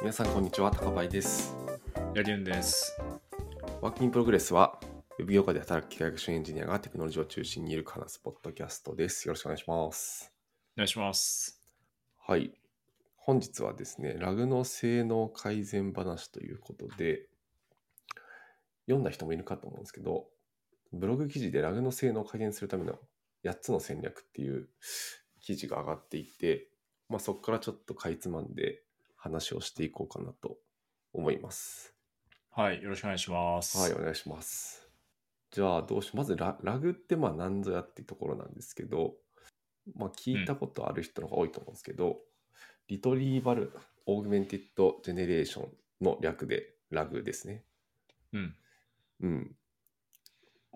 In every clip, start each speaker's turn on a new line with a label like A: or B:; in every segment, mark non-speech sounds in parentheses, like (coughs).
A: 皆さんこんにちは高倍です
B: やりゅんです。
A: ワークインプログレスはウェブ業界で働く機械学習エンジニアがテクノロジーを中心にいるかなスポットキャストですよろしくお願いします
B: お願いします。
A: はい本日はですねラグの性能改善話ということで読んだ人もいるかと思うんですけどブログ記事でラグの性能を改善するための8つの戦略っていう記事が上がっていて、まあ、そこからちょっとかいつまんで話をしていこうかなと思います
B: はい、よろしくお願いします。
A: はい、お願いします。じゃあ、どうしまずラ、ラグってまあ何ぞやっていうところなんですけど、まあ聞いたことある人の方が多いと思うんですけど、リトリーバル・オーグメンティッド・ジェネレーションの略でラグですね。
B: うん。
A: うん。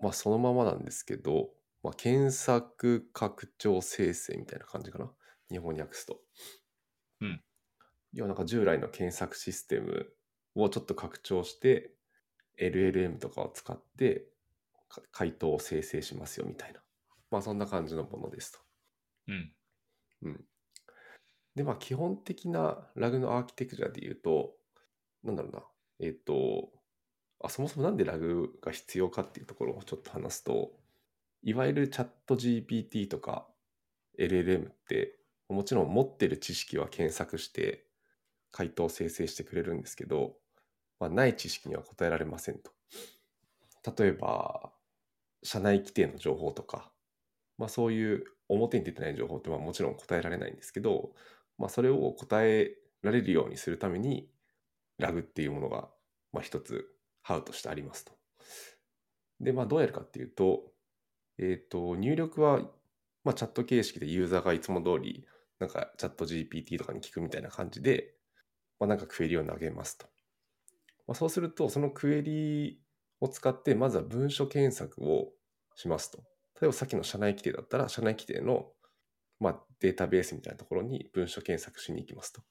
A: まあそのままなんですけど、まあ、検索拡張生成みたいな感じかな。日本に訳すと。
B: うん。
A: 要はなんか従来の検索システムをちょっと拡張して、LLM とかを使ってか回答を生成しますよみたいな。まあそんな感じのものですと。
B: うん。
A: で、まあ、基本的なラグのアーキテクチャで言うと、なんだろうな、えっ、とあ、そもそもなんでラグが必要かっていうところをちょっと話すと、いわゆるチャット GPT とか LLM って、もちろん持ってる知識は検索して、回答を生成してくれるんですけど、まあ、ない知識には答えられませんと。例えば、社内規定の情報とか、まあ、そういう表に出てない情報ってまあもちろん答えられないんですけど、まあ、それを答えられるようにするためにラグっていうものがまあ一つハウとしてありますと。で、まあ、どうやるかっていうと,、えー、と入力は、まあ、チャット形式でユーザーがいつも通りなんかチャット GPT とかに聞くみたいな感じで、まあ、なんかクエリを投げますと。まあ、そうするとそのクエリを使ってまずは文書検索をしますと。例えばさっきの社内規定だったら社内規定のまあ、データベースみたいなところに文書検索しに行きますと。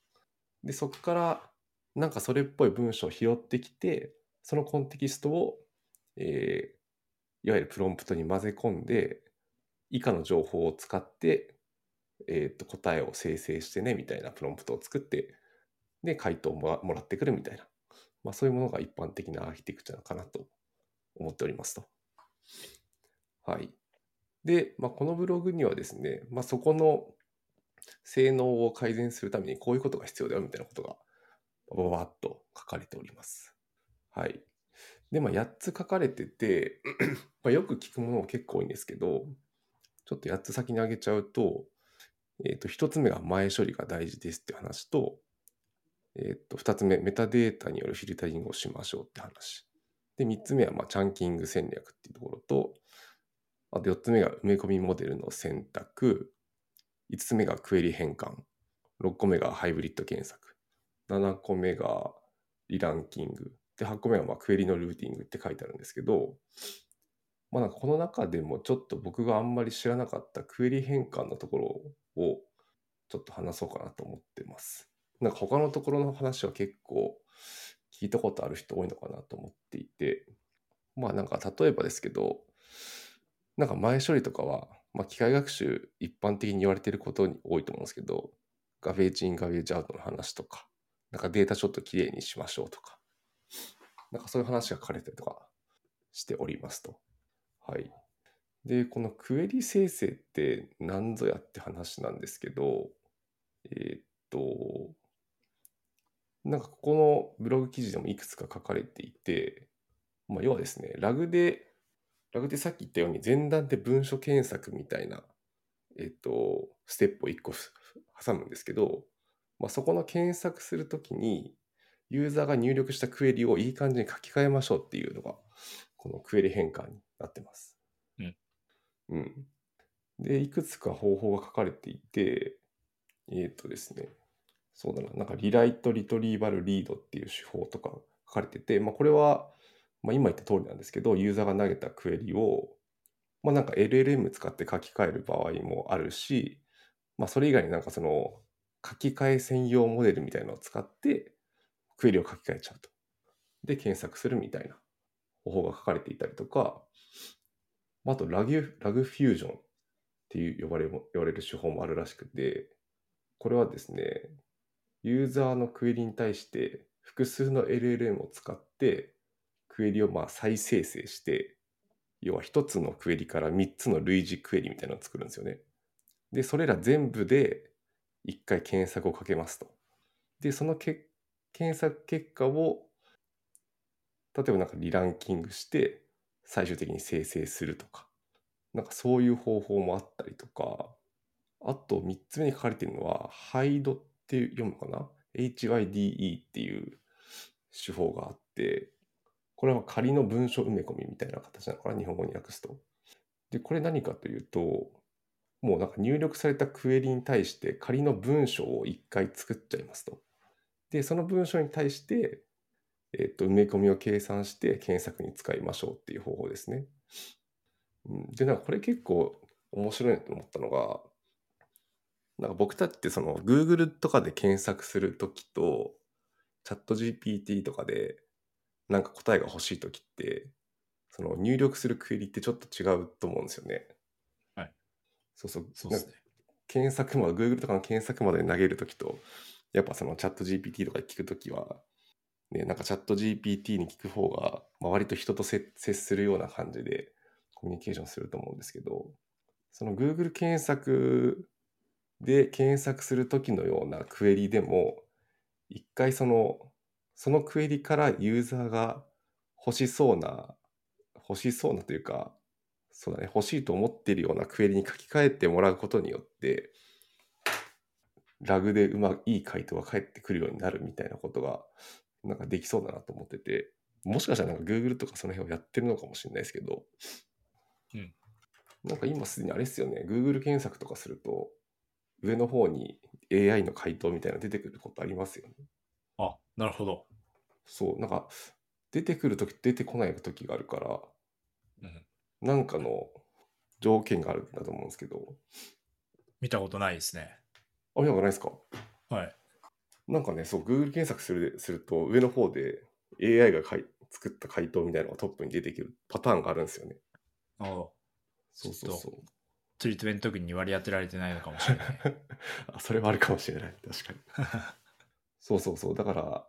A: で、そこから、なんかそれっぽい文章を拾ってきて、そのコンテキストを、えーいわゆるプロンプトに混ぜ込んで、以下の情報を使って、えーと答えを生成してねみたいなプロンプトを作って、で、回答をもらもらってくるみたいな、まあ、そういうものが一般的なアーキテクチャなのかなと思っておりますと。はい。で、まあ、このブログにはですね、まあ、そこの性能を改善するためにこういうことが必要だよみたいなことがバババッと書かれております。はい。で、まあ、8つ書かれてて、 (clears throat) まあよく聞くものも結構多いんですけど、ちょっと8つ先に挙げちゃうと、えっ、と、1つ目が前処理が大事ですっていう話と、えっ、と、2つ目、メタデータによるフィルタリングをしましょうって話。で、3つ目は、まあ、チャンキング戦略っていうところと、あと4つ目が埋め込みモデルの選択。5つ目がクエリ変換。6個目がハイブリッド検索。7個目がリランキング。で、8個目はまあクエリのルーティングって書いてあるんですけど、まあなんかこの中でもちょっと僕があんまり知らなかったクエリ変換のところをちょっと話そうかなと思ってます。なんか他のところの話は結構聞いたことある人多いのかなと思っていて、まあなんか例えばですけど、なんか前処理とかは、まあ、機械学習一般的に言われてることに多いと思うんですけど、ガベージイン、ガベージアウトの話とか、なんかデータちょっときれいにしましょうとか、なんかそういう話が書かれたりとかしておりますと。はい。で、このクエリ生成って何ぞやって話なんですけど、えーっと、なんかここのブログ記事でもいくつか書かれていて、まあ、要はですね、ラグでラグってさっき言ったように前段で文書検索みたいな、えっと、ステップを1個ふ挟むんですけど、まあ、そこの検索するときにユーザーが入力したクエリをいい感じに書き換えましょうっていうのがこのクエリ変換になってます。
B: うん。
A: うん。で、いくつか方法が書かれていて、えっ、とですね、そうだな、なんかリライト・リトリーバル・リードっていう手法とか書かれてて、まあ、これはまあ、今言った通りなんですけど、ユーザーが投げたクエリを、まあ、なんか LLM 使って書き換える場合もあるし、まあ、それ以外になんかその書き換え専用モデルみたいなのを使ってクエリを書き換えちゃうと。で、検索するみたいな方法が書かれていたりとか、まああとラグ、ラグフュージョンっていう呼ばれも、呼ばれる手法もあるらしくて、これはですね、ユーザーのクエリに対して複数の LLM を使ってクエリをまあ再生成して要は1つのクエリから3つの類似クエリみたいなのを作るんですよね。でそれら全部で1回検索をかけますと。でそのけ検索結果を例えばなんかリランキングして最終的に生成するとかなんかそういう方法もあったりとかあと3つ目に書かれてるのは HIDE っていう読むのかな ?HYDE っていう手法があってこれは仮の文章埋め込みみたいな形なのかな日本語に訳すと。でこれ何かというともうなんか入力されたクエリに対して仮の文章を1回作っちゃいますと。でその文章に対してえっと、埋め込みを計算して検索に使いましょうっていう方法ですね。うんで、なんかこれ結構面白いなと思ったのが、なんか僕たちってその Google とかで検索するときと、チャット GPT とかでなんか答えが欲しいときって、その入力するクエリってちょっと違うと思うんですよね。
B: はい。
A: そうそう、
B: そうですね。
A: 検索まで Google とかの検索まで投げるときとやっぱそのチャット GPT とかで聞くときは、ね、なんかチャット GPT に聞く方が、まあ、割と人と接接するような感じでコミュニケーションすると思うんですけどその Google 検索で検索するときのようなクエリでも一回そのそのクエリからユーザーが欲しそうな欲しそうなというかそうだね欲しいと思っているようなクエリに書き換えてもらうことによってラグでうまくいい回答が返ってくるようになるみたいなことがなんかできそうだなと思っててもしかしたらなんか Google とかその辺をやってるのかもしれないですけど、
B: うん
A: なんか今すでにあれですよね Google 検索とかすると上の方に AI の回答みたいなの出てくることありますよね
B: あ、なるほど。
A: そうなんか出てくる時と出てこない時があるから
B: うん
A: なんかの条件があるんだと思うんですけど
B: 見たことないですね。
A: あ見たことないですか
B: はい。
A: なんかね、そう、Google 検索するすると、上の方で AI がかい作った回答みたいなのがトップに出てくるパターンがあるんですよね。
B: なるほど。
A: そうそう
B: ちょ
A: そう。
B: トリートメント群に割り当てられてないのかもしれない。 (laughs)
A: (laughs) あそれはあるかもしれない。確かに。そうそうそう。だから、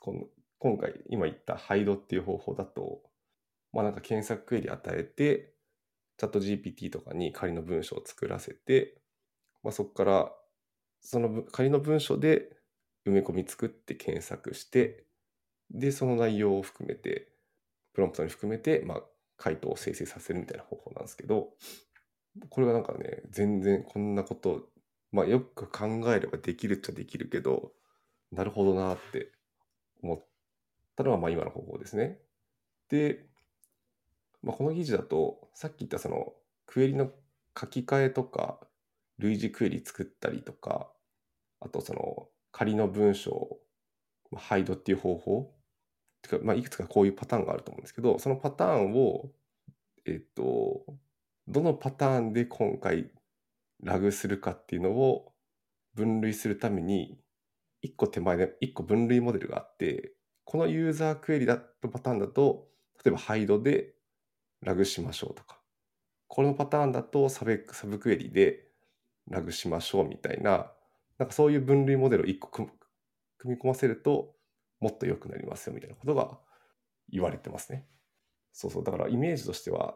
A: この今回、今言ったハイドっていう方法だと、まあなんか検索クエリ与えて、チャット GPT とかに仮の文章を作らせて、まあそこから、そのぶ仮の文章で埋め込み作って検索して、で、その内容を含めて、プロンプトに含めて、まあ回答を生成させるみたいな方法なんですけど、これがなんかね、全然こんなこと、まあよく考えればできるっちゃできるけど、なるほどなって思ったのがまあ今の方法ですね。で、まあ、この記事だとさっき言ったそのクエリの書き換えとか類似クエリ作ったりとかあとその仮の文章をまあハイドっていう方法てか、まあ、いくつかこういうパターンがあると思うんですけどそのパターンをえっとどのパターンで今回ラグするかっていうのを分類するために1個手前で1個分類モデルがあってこのユーザークエリだとパターンだと例えばハイドでラグしましょうとかこのパターンだとサブサブクエリでラグしましょうみたいななんかそういう分類モデルを1個組む組み込ませるともっと良くなりますよみたいなことが言われてますね。そうそうだからイメージとしては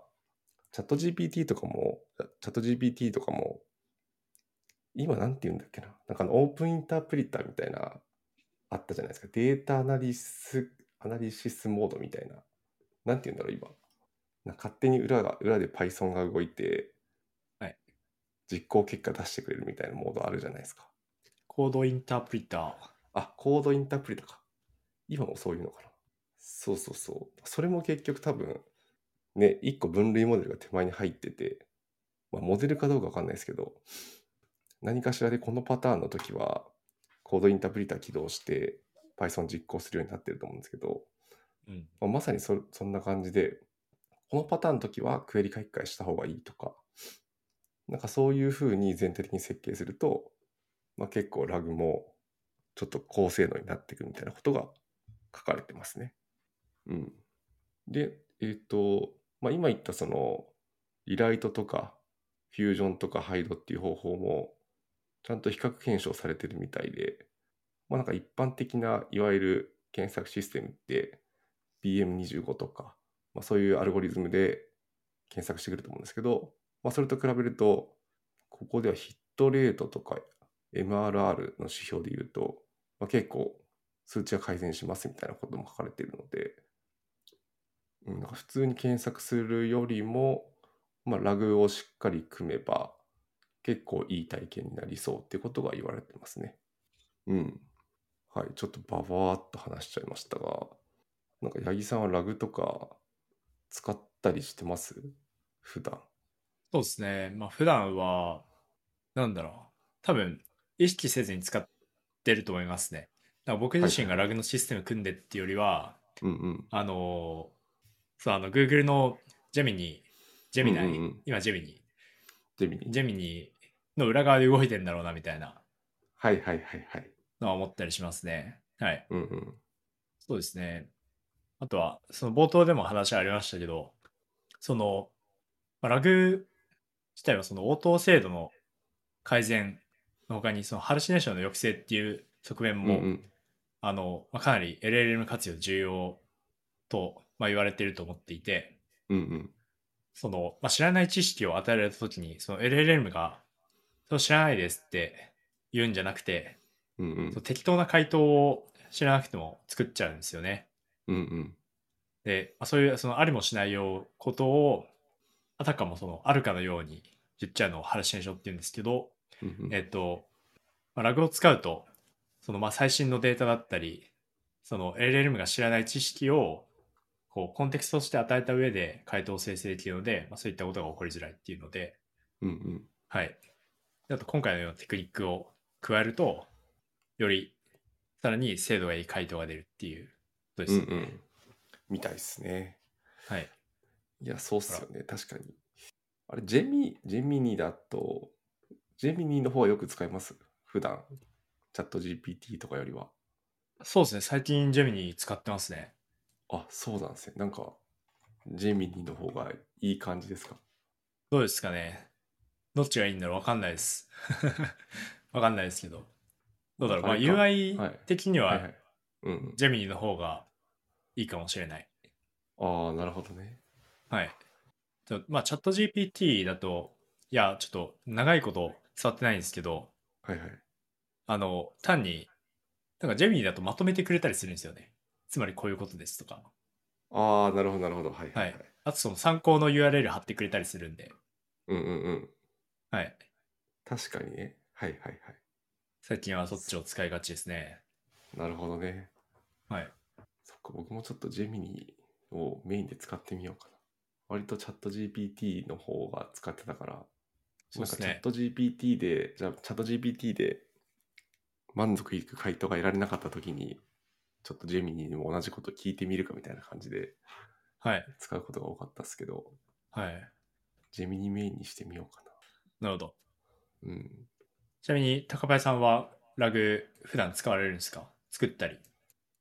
A: チャット GPT とかもチャット GPT とかも今なんて言うんだっけななんかあのオープンインタープリターみたいなあったじゃないですかデータアナリスアナリシスモードみたいななんて言うんだろう今なんか勝手に裏が裏で Python が動いて、
B: はい
A: 実行結果出してくれるみたいなモードあるじゃないですか
B: コードインタープリター。
A: あコードインタープリタか今もそういうのかなそうそうそうそれも結局多分ね一個分類モデルが手前に入っててまあモデルかどうかわかんないですけど何かしらでこのパターンの時はコードインタープリター起動して Python 実行するようになってると思うんですけど
B: うん。
A: まあまさにそそんな感じで、このパターンの時はクエリ書き換えした方がいいとか、なんかそういうふうに全体的に設計すると、まあ、結構ラグもちょっと高性能になっていくみたいなことが書かれてますね。うん。で、えっ、と、まあ、今言ったその、リライトとか、フュージョンとかハイドっていう方法も、ちゃんと比較検証されてるみたいで、まあ、なんか一般的ないわゆる検索システムって BM25 とか、まあ、そういうアルゴリズムで検索してくると思うんですけど、まあ、それと比べるとここではヒットレートとか MRR の指標で言うと、まあ、結構数値が改善しますみたいなことも書かれているので、うん、なんか普通に検索するよりも、まあ、ラグをしっかり組めば結構いい体験になりそうっていうことが言われてますね。うん。はい。ちょっとババーっと話しちゃいましたが、なんか八木さんはラグとか使ったりしてます普段。
B: そうですね。まあ普段は、なんだろう。多分、意識せずに使ってると思いますね。だから僕自身がラグのシステム組んでっていうよりは、
A: うんうん。
B: あのーそう、あの、Google のジェミニ、ジェミナイ、
A: うんうんうん
B: 今ジェミニ、
A: デミに。
B: ジェミニの裏側で動いてるんだろうなみたいな
A: はいはいはいはい。
B: のは思ったりしますね。はい。
A: うんうん。
B: そうですね。あとは、その冒頭でも話ありましたけど、その、まあラグ自体はその応答精度の改善の他に、そのハルシネーションの抑制っていう側面も、
A: うんうん
B: あの、まあ、かなり LLM 活用重要と、まあ、言われていると思っていて、
A: うんうん。
B: その、まあ、知らない知識を与えられた時に、その LLM が、それ知らないですって言うんじゃなくて、
A: うんうん
B: その適当な回答を知らなくても作っちゃうんですよね。
A: うんうん。
B: で、まあ、そういうそのありもしないようことをあたかもそのあるかのように言っちゃうのをハルシネーションって言うんですけど、
A: うんうん
B: えっと、まあ、ラグを使うとそのまあ最新のデータだったりその LLM が知らない知識をこうコンテクストとして与えた上で回答を生成できるので、まあ、そういったことが起こりづらいっていうので、
A: うんうん。
B: はい。であと今回のようなテクニックを加えると、よりさらに精度がいい回答が出るっていうことで
A: うん
B: す
A: う
B: ね。
A: ん。みたいですね。
B: はい。
A: いや、そうっすよね。確かに。あれ、ジェミ、ジェミニだと、ジェミニの方はよく使います。普段。チャット GPT とかよりは。
B: そうですね。最近ジェミニ使ってますね。
A: あ、そうなんですね。なんか、ジェミニの方がいい感じですか。
B: どうですかねどっちがいいんだろうわかんないです。 (laughs) わかんないですけど。どうだろう、まあ、
A: あれか
B: UI 的に
A: はいは。
B: はい
A: うんうん。
B: ジェミニの方がいいかもしれない。
A: ああ、なるほどね。
B: はい。とまあ、チャット GPT だと、いや、ちょっと長いこと使ってないんですけど、
A: はいはい。
B: あの、単に、なんかジェミニだとまとめてくれたりするんですよね。つまりこういうことですとか。
A: ああ、なるほど、なるほど。はいはい、は。
B: はいあとその参考の URL 貼ってくれたりするんで、
A: うんうんうん。
B: はい。
A: 確かにね。はいはいはい。
B: 最近はそっちを使いがちですね。
A: なるほどね。
B: はい。
A: そっか、僕もちょっとジェミニをメインで使ってみようかな。割とチャット GPT の方が使ってたから、
B: そうですね。
A: なんかチャット GPT で、じゃあチャット GPT で満足いく回答が得られなかった時に、ちょっとジェミニにも同じこと聞いてみるかみたいな感じで
B: はい。
A: 使うことが多かったですけど、
B: はい。
A: ジェミニメインにしてみようか
B: なるほど。
A: な。うん。
B: ちなみに、高林さんはラグ、普段使われるんですか作ったり。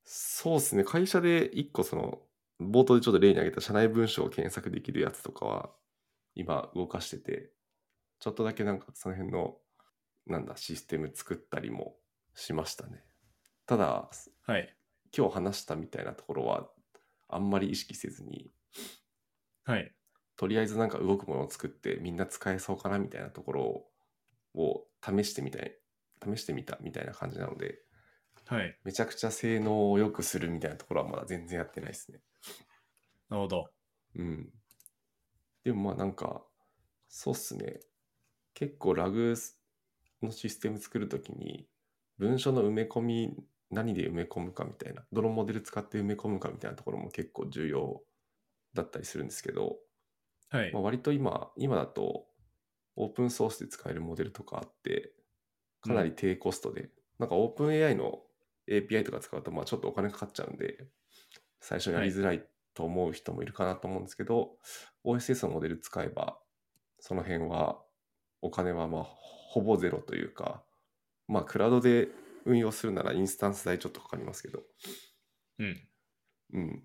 A: そうですね。会社で一個その、冒頭でちょっと例に挙げた社内文章を検索できるやつとかは、今動かしてて、ちょっとだけなんかその辺の、なんだ、システム作ったりもしましたね。ただ、
B: はい。
A: 今日話したみたいなところはあんまり意識せずに
B: はい。
A: とりあえずなんか動くものを作ってみんな使えそうかなみたいなところをを試してみたい試してみたみたいな感じなので
B: はい。
A: めちゃくちゃ性能を良くするみたいなところはまだ全然やってないですね
B: なるほど。
A: うんでもまあなんかそうっすね結構ラグのシステム作るときに文章の埋め込み何で埋め込むかみたいなどのモデル使って埋め込むかみたいなところも結構重要だったりするんですけど、
B: はい
A: まあ、。割と今今だとオープンソースで使えるモデルとかあってかなり低コストで、なんかオープン AI の API とか使うとまあちょっとお金かかっちゃうんで最初やりづらいと思う人もいるかなと思うんですけど、OSS のモデル使えばその辺はお金はまあほぼゼロというかまあクラウドで運用するならインスタンス代ちょっとかかりますけど
B: うん。
A: うん。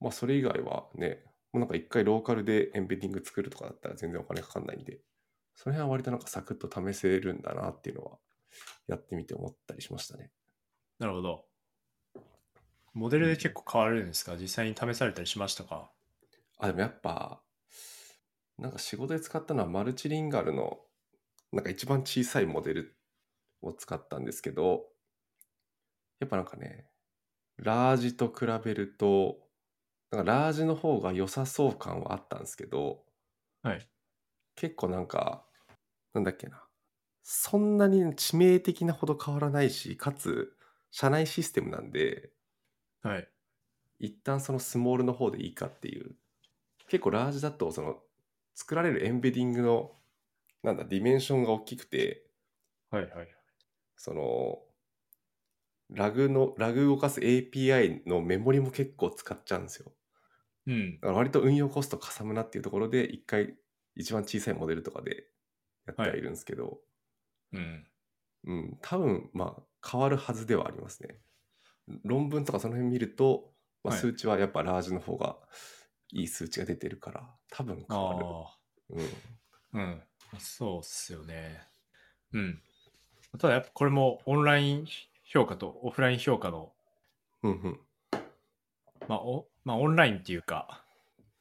A: まあ、それ以外はね、もうなんか一回ローカルでエンベディング作るとかだったら全然お金かかんないんで、その辺は割となんかサクッと試せるんだなっていうのは、やってみて思ったりしましたね。
B: なるほど。モデルで結構変わるんですか実際に試されたりしましたか
A: あ、でもやっぱ、なんか仕事で使ったのはマルチリンガルの、なんか一番小さいモデルを使ったんですけど、やっぱなんかね、ラージと比べると、なんかラージの方が良さそう感はあったんですけど、
B: はい。
A: 結構なんか、なんだっけな。そんなに致命的なほど変わらないし、かつ、社内システムなんで、
B: はい。
A: 一旦そのスモールの方でいいかっていう結構ラージだとその作られるエンベディングのなんだディメンションが大きくて
B: はいはい。
A: そのラグのラグ動かす API のメモリも結構使っちゃうんですよ
B: うん
A: だ。から割と運用コストかさむなっていうところで一回一番小さいモデルとかでやってはいるんですけど、
B: うん。
A: うん多分まあ変わるはずではありますね論文とかその辺見ると、まあ、
B: はい
A: 数値はやっぱラージの方がいい数値が出てるから、多分変わる
B: ああ。
A: うん、
B: うん。そうっすよね。うん。ただやっぱこれもオンライン評価とオフライン評価の、
A: うんうん
B: まあおまあ、オンラインっていうか、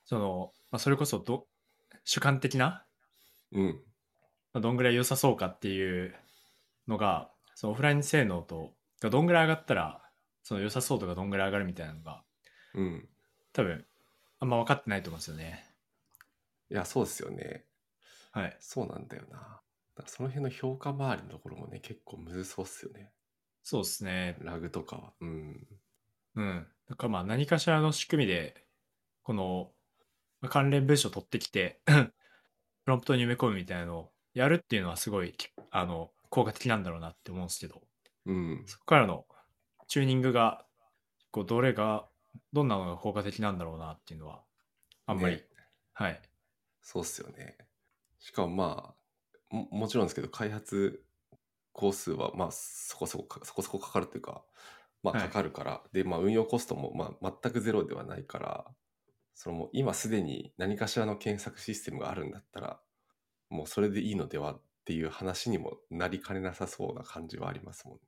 B: その、まあ、それこそど主観的な、
A: うん
B: まあ、どんぐらい良さそうかっていうのが、そのオフライン性能と、がどんぐらい上がったら、その良さそうとかどんぐらい上がるみたいなのが、
A: うん
B: 多分、あんま分かってないと思うんですよね。
A: いやそうですよね
B: はい。
A: そうなんだよなだからその辺の評価周りのところもね結構むずそうっすよね
B: そうですね。
A: ラグとかはうん
B: うん。だからまあ何かしらの仕組みで、このまあ関連文章を取ってきて、 (coughs) プロンプトに埋め込むみたいなのをやるっていうのはすごいき、あの、効果的なんだろうなって思うんですけど、
A: うん
B: そこからのチューニングが、こう、どれが、どんなのが効果的なんだろうなっていうのは、あんまり、
A: ね
B: はい。
A: そうっすよねしかもまあももちろんですけど開発工数はまあそこそこかそこそこかかるというかまあ
B: はい
A: かかるから、でまあ運用コストもまあ全くゼロではないからそのもう今すでに何かしらの検索システムがあるんだったらもうそれでいいのではっていう話にもなりかねなさそうな感じはありますもんね。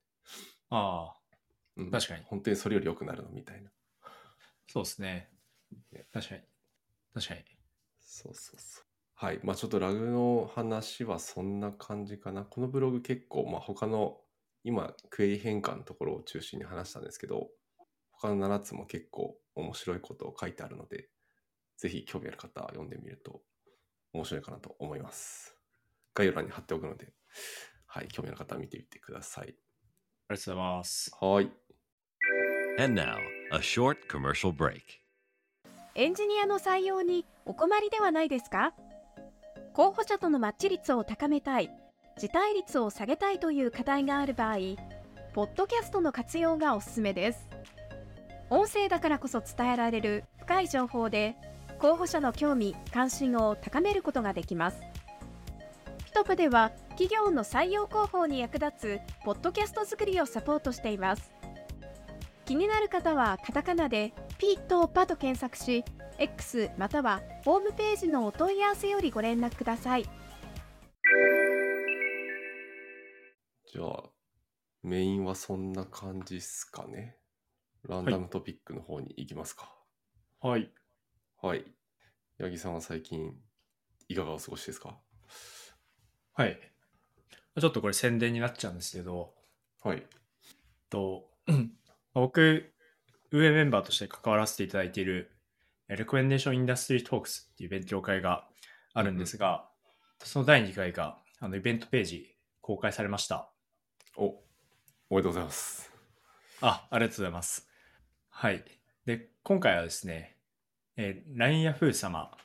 B: ああ、
A: うん
B: 確かに
A: 本当にそれより良くなるのみたいな。
B: そうですね
A: ね。
B: 確かに。確かに。
A: そうそうそう。はい。まあちょっとラグの話はそんな感じかな。このブログ結構、まあ他の、今、クエリ変換のところを中心に話したんですけど、他の7つも結構面白いことを書いてあるので、ぜひ興味ある方は読んでみると面白いかなと思います。概要欄に貼っておくので、はい。興味ある方は見てみてください。
B: ありがとうございます。
A: はい。
C: And now, a short commercial break.
D: エンジニアの採用にお困りではないですか候補者とのマッチ率を高めたい辞退率を下げたいという課題がある場合ポッドキャストの活用がおすすめです音声だからこそ伝えられる深い情報で候補者の興味関心を高めることができますピトプでは企業の採用広報に役立つポッドキャスト作りをサポートしています気になる方はカタカナでピートパと検索し X またはホームページのお問い合わせよりご連絡ください
A: じゃあ、メインはそんな感じっすかね。ランダムトピックの方に行きますか。
B: はい。
A: はい。八木さんは最近いかがお過ごしですか
B: はい。ちょっとこれ宣伝になっちゃうんですけど、
A: はい。
B: えっと、うん僕、運営メンバーとして関わらせていただいている、レコメンデーションインダストリートークスっていう勉強会があるんですが、その第2回が、あの、イベントページ公開されました。
A: お、おめでとうございます。
B: あ、ありがとうございます。はい。で、今回はですね、えー LINE ヤフー様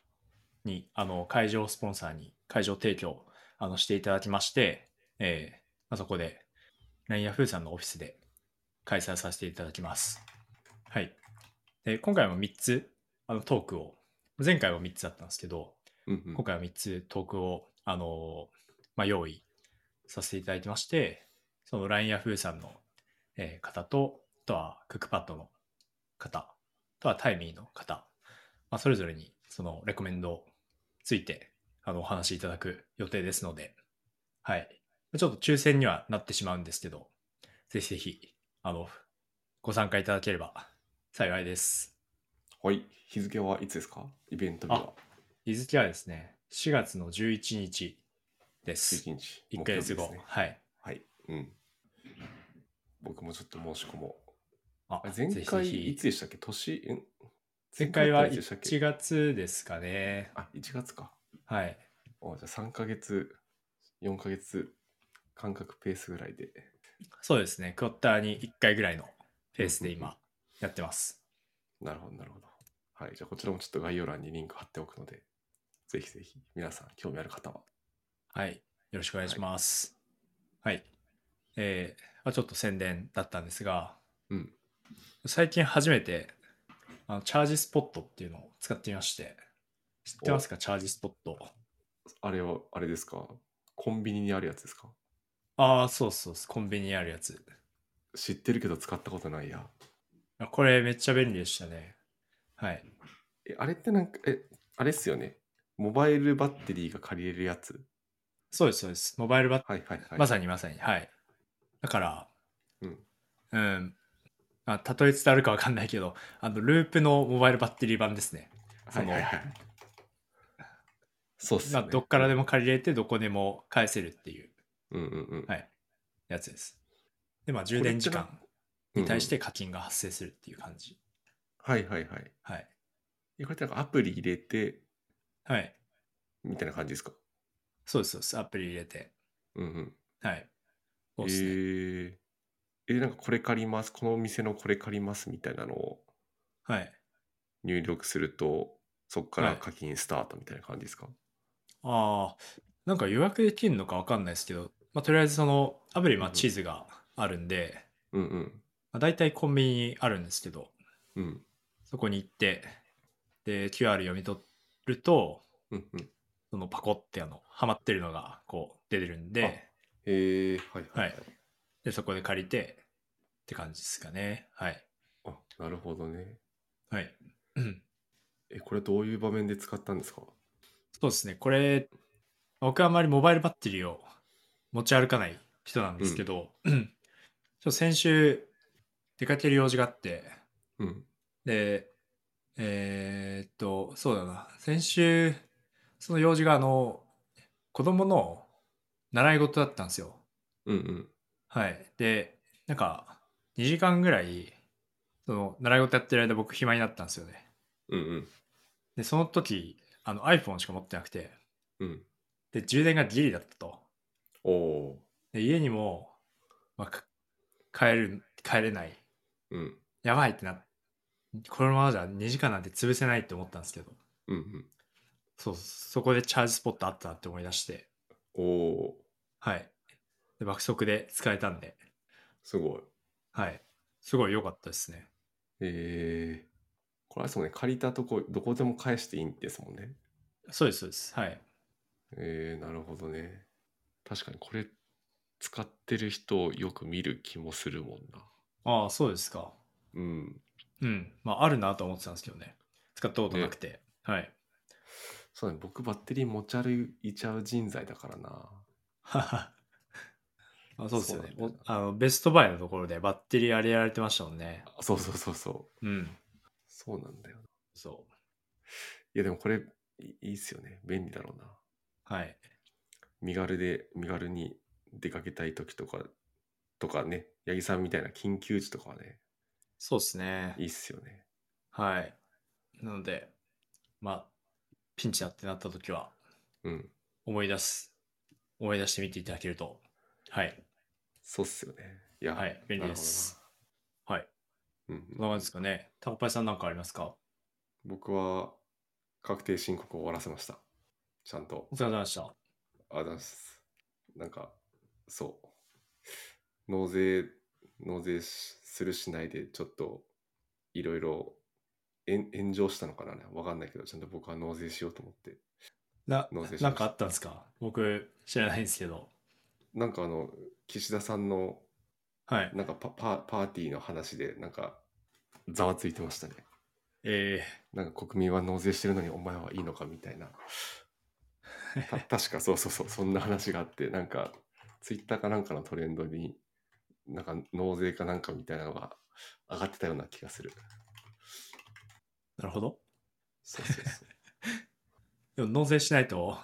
B: に、あの、会場スポンサーに、会場提供、あの、していただきまして、えーまあ、そこで、LINE ヤフーさんのオフィスで開催させていただきます。はい。で、今回も3つ、あの、トークを、前回は3つだったんですけど、
A: うんうん
B: 今回は3つトークを、あのまあ、用意させていただいてまして、その LINE ヤフーさんの、えー方と、あとはクックパッドの方、あとはタイミーの方、まあ、それぞれにそのレコメンドついてあのお話しいただく予定ですので、はい。ちょっと抽選にはなってしまうんですけど、ぜひぜひあの、ご参加いただければ幸いです。
A: はい。日付はいつですかイベント日は
B: 日付はですね、4月の11日です。
A: 1日。
B: 1ヶ月後。
A: 木曜日ですね
B: はい。
A: はい。うん。僕もちょっと申し込もう。
B: あ
A: あ前
B: ぜひぜ
A: 回
B: ひ
A: いつでしたっけ年、ん
B: 前回は
A: 前回いつでしたっけ
B: 1月ですかね。
A: あ、1月か。
B: はい。
A: あじゃあ3ヶ月、4ヶ月間隔ペースぐらいで。
B: そうですね。クォッターに1回ぐらいのペースで今やってます。
A: なるほど、なるほど。はい。じゃあこちらもちょっと概要欄にリンク貼っておくので、ぜひぜひ皆さん興味ある方は。
B: はい。よろしくお願いします。はい。えーまあ、ちょっと宣伝だったんですが、
A: うん
B: 最近初めてあのチャージスポットっていうのを使ってみまして、知ってますかチャージスポット。
A: あれは、あれですかコンビニにあるやつですか
B: ああ、そうそうそう、コンビニにあるやつ。
A: 知ってるけど使ったことないや。
B: あこれめっちゃ便利でしたね。はい。
A: え、あれってなんか、え、あれっすよね。モバイルバッテリーが借りれるやつ。
B: そうです、そうです。モバイルバッテ
A: はいはいはい。
B: まさにまさに。はい。だから、
A: うん。
B: うん。あ、例え伝わるかわかんないけど、あの、ループのモバイルバッテリー版ですね。
A: はいはいはい。そうっす
B: ま
A: よ
B: あ、
A: ね。
B: どっからでも借りれて、どこでも返せるっていう
A: うんうんうん。
B: はいやつです。で、まあ、充電時間に対し
A: う
B: て課金が発生するっていう感じ。
A: んうん。はいはいはい。
B: はい。
A: えこれってなんかアプリ入れて、
B: はい。
A: みたいな感じですか
B: そうです、そうです。アプリ入れて。
A: うんうん。
B: はい。
A: え
B: そうですね。
A: ーえ、なんかこれ借ります、このお店のこれ借りますみたいなのを
B: はい。
A: 入力すると、そこか
B: は
A: ら
B: い
A: 課金スタートみたいな感じですか、
B: ああ、なんか予約できるのかわかんないですけど、まあ、とりあえずその、アプリ、まあ、地図があるんで、
A: うんうん。
B: まあ、大体コンビニにあるんですけど、
A: うん。
B: そこに行って、で、QR 読み取ると、
A: うんうん。
B: そのパコってあの、ハマってるのがこう出てるんで、
A: えー、はいはい、
B: はいで、そこで借りてって感じですかね。はい。
A: あ、なるほどね。
B: はい。 (clears throat) うん
A: え、これどういう場面で使ったんですか
B: そうですね。これ、僕はあんまりモバイルバッテリーを持ち歩かない人なんですけど、 (clears throat) ちょっと先週出かける用事があって、
A: うん。
B: で、えーっと、そうだな。先週、その用事があの、子供の習い事だったんですよ。
A: うんうん。
B: はい。で、なんか、2時間ぐらい、その、習い事やってる間僕暇になったんですよね。
A: うんうん。
B: で、その時、あの iPhone しか持ってなくて、
A: うん。
B: で、充電がギリだったと。
A: おお
B: で、家にも、まあか、帰る、帰れない。
A: ー。うん。
B: やばいってなっこのままじゃ2時間なんて潰せないって思ったんですけど、
A: うんうん。
B: そう、そこでチャージスポットあったなって思い出して、
A: おお
B: はい。で、爆速で使えたんで、
A: ー。すごい。
B: はい。すごい良かったですね。
A: えー、これあれですもんね、借りたとこ、どこでも返していいんですもんね。
B: そうです、そうです。はい。
A: えー、なるほどね。確かにこれ、使ってる人をよく見る気もするもんな。
B: ああ、そうですか。
A: うん。
B: うん。まあ、あるなと思ってたんですけどね。使ったことなくて。はい。
A: そうだね、僕バッテリー持ち歩いちゃう人材だからな。
B: ははあそうですよね
A: そうなんだ
B: おあの。ベストバイのところでバッテリーあれやられてましたもんね。
A: あそうそうそうそう。
B: うん。
A: そうなんだよな。
B: そ
A: いや、でもこれ、いいいっすよね。便利だろうな。
B: う。はい。
A: 身軽で、身軽に出かけたい時とか、とかね、八木さんみたいな緊急時とかはね、
B: そうですね
A: い。いっすよね。
B: はい。なので、まあ、ピンチだってなった時は、
A: うん。
B: 思い出す。思い出してみていただけると。はい。
A: そうっすよね。いや、
B: はい。便利です。はい。
A: なるほどな。うんうん
B: こんな感じですかね。タコパイさんなんかありますか
A: 僕は確定申告を終わらせました。ちゃんと
B: お。疲れ様でした。
A: あだす。なんか、そう。納税、納税しするしないで、ちょっと、いろいろ、炎炎上したのかなわかんないけど、ちゃんと僕は納税しようと思って。
B: な、
A: 納税しました
B: なんかあったんですか僕、知らないんですけど。
A: なんかあの、岸田さんの、
B: はい。
A: なんかパパパーティーの話で、なんか、ざわついてましたね。
B: え
A: なんか国民は納税してるのにお前はいいのかみたいな。た確かそうそうそう、そんな話があって、なんか、ツイッターかなんかのトレンドに、なんか納税かなんかみたいなのが上がってたような気がする。
B: なるほど。
A: そうそうそう。
B: でも納税しないと、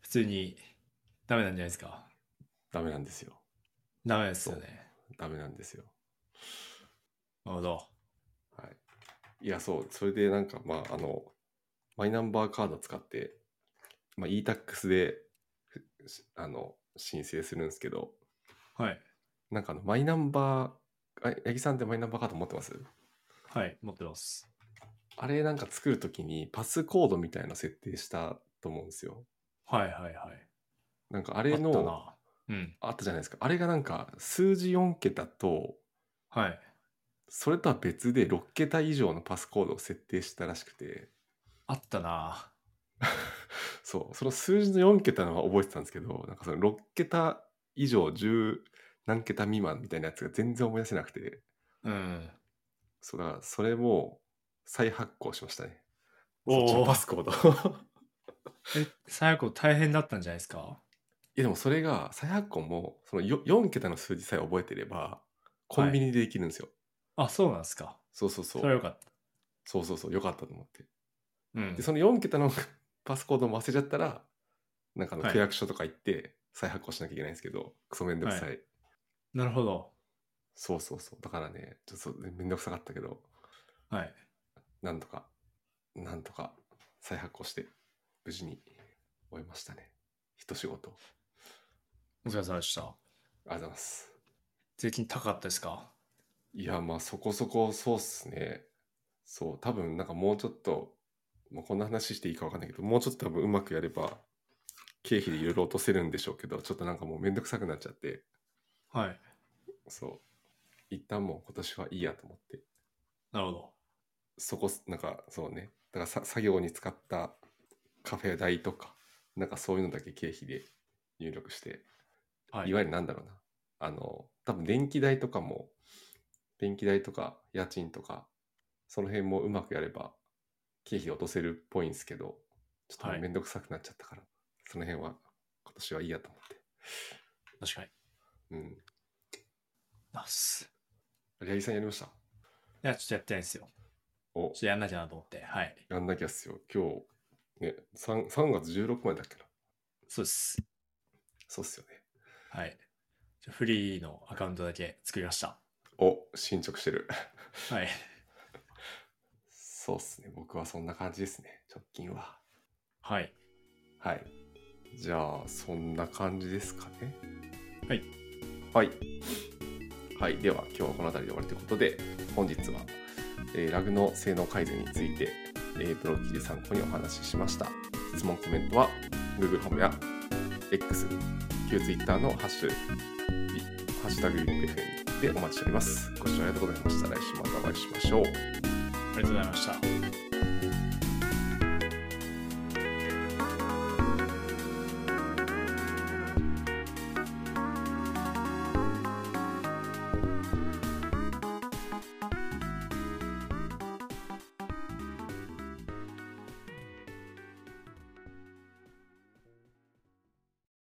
B: 普通にダメなんじゃないですか。
A: ダメなんですよ。
B: ダメですよね。
A: ダメなんですよ。
B: なるほど。
A: はい。いや、そう。それでなんか、まあ、あの、マイナンバーカード使って、まあ、e-tax で、ふあの、申請するんですけど、
B: はい。
A: なんかあの、マイナンバー、あ、八木さんってマイナンバーカード持ってます
B: はい。持ってます。
A: あれなんか作るときにパスコードみたいなの設定したと思うんですよ。
B: はいはいはい。
A: なんかあ
B: あ
A: れ
B: った
A: の、
B: な。うん。
A: あったじゃないですか。あれがなんか数字4桁と、
B: はい。
A: それとは別で6桁以上のパスコードを設定したらしくて、
B: あったな。
A: そう、その数字の4桁のは覚えてたんですけど、なんかその6桁以上10何桁未満みたいなやつが全然思い出せなくて、
B: うん。
A: そうだからそれも再発行しましたね。そ
B: お
A: っ
B: ー
A: ちのパスコード。 (laughs)
B: え、最後大変だったんじゃないですか
A: いやでもそれが再発行もその 4, 4桁の数字さえ覚えてればコンビニでできるんですよ。
B: あ、そうなんですか。
A: そうそうそ。
B: そうれはよかった。
A: そうそうそう。よかったと思って。
B: うん
A: で、。その4桁の (laughs) パスコードも忘れちゃったら、なんかあの
B: はい
A: 区役所とか行って再発行しなきゃいけないんですけど、クソめんどくさい。
B: なるほど。
A: そうそうそう。だからね、ちょっとめんどくさかったけど、
B: はい。
A: なんとか、なんとか再発行して、無事に終えましたね。一仕事。
B: お疲れ様でした。
A: ありがとうございます。
B: 税金高かったですか
A: いや、まあそこそこそうっすね。そう、多分なんかもうちょっと、まあ、こんな話していいかわかんないけど、もうちょっと多分うまくやれば、経費でいろいろ落とせるんでしょうけど、ちょっとなんかもうめんどくさくなっちゃって、
B: はい。
A: そう、一旦もう今年はいいやと思って、
B: なるほど。
A: そこ、なんかそうね、だからさ作業に使ったカフェ代とか、なんかそういうのだけ経費で入力して、
B: はい。
A: いわゆるなんだろうな。あの、多分電気代とかも、電気代とか家賃とか、その辺もうまくやれば、経費落とせるっぽいんですけど、ちょっとも
B: は
A: う
B: い
A: めんどくさくなっちゃったから、その辺は今年はいいやと思って。
B: 確かに。
A: うん。
B: ナイス。
A: 八木さんやりました
B: いや、ちょっとやってないんですよ。
A: お
B: ちょっ、とやんなきゃなと思って。はい。
A: やんなきゃっすよ。今日、ね、3, 3月16までだっけな。
B: そうです。
A: そうっすよね。
B: はい。じゃあフリーのアカウントだけ作りました。
A: お、進捗してる。
B: はい。
A: そうっすね。僕はそんな感じですね。直近は。
B: はい。
A: はい。じゃあ、そんな感じですかね。
B: はい。
A: はい。はい。では、今日はこの辺りで終わりということで、本日は、えーラグの性能改善について、えーブロッキーで参考にお話ししました。質問、コメントは、Google ホームや X、旧 Twitter のハッシュ、いハッシュタグ UFM でお待ちしております。ご視聴ありがとうございました。来週またお会いしましょう。
B: ありがとうございました。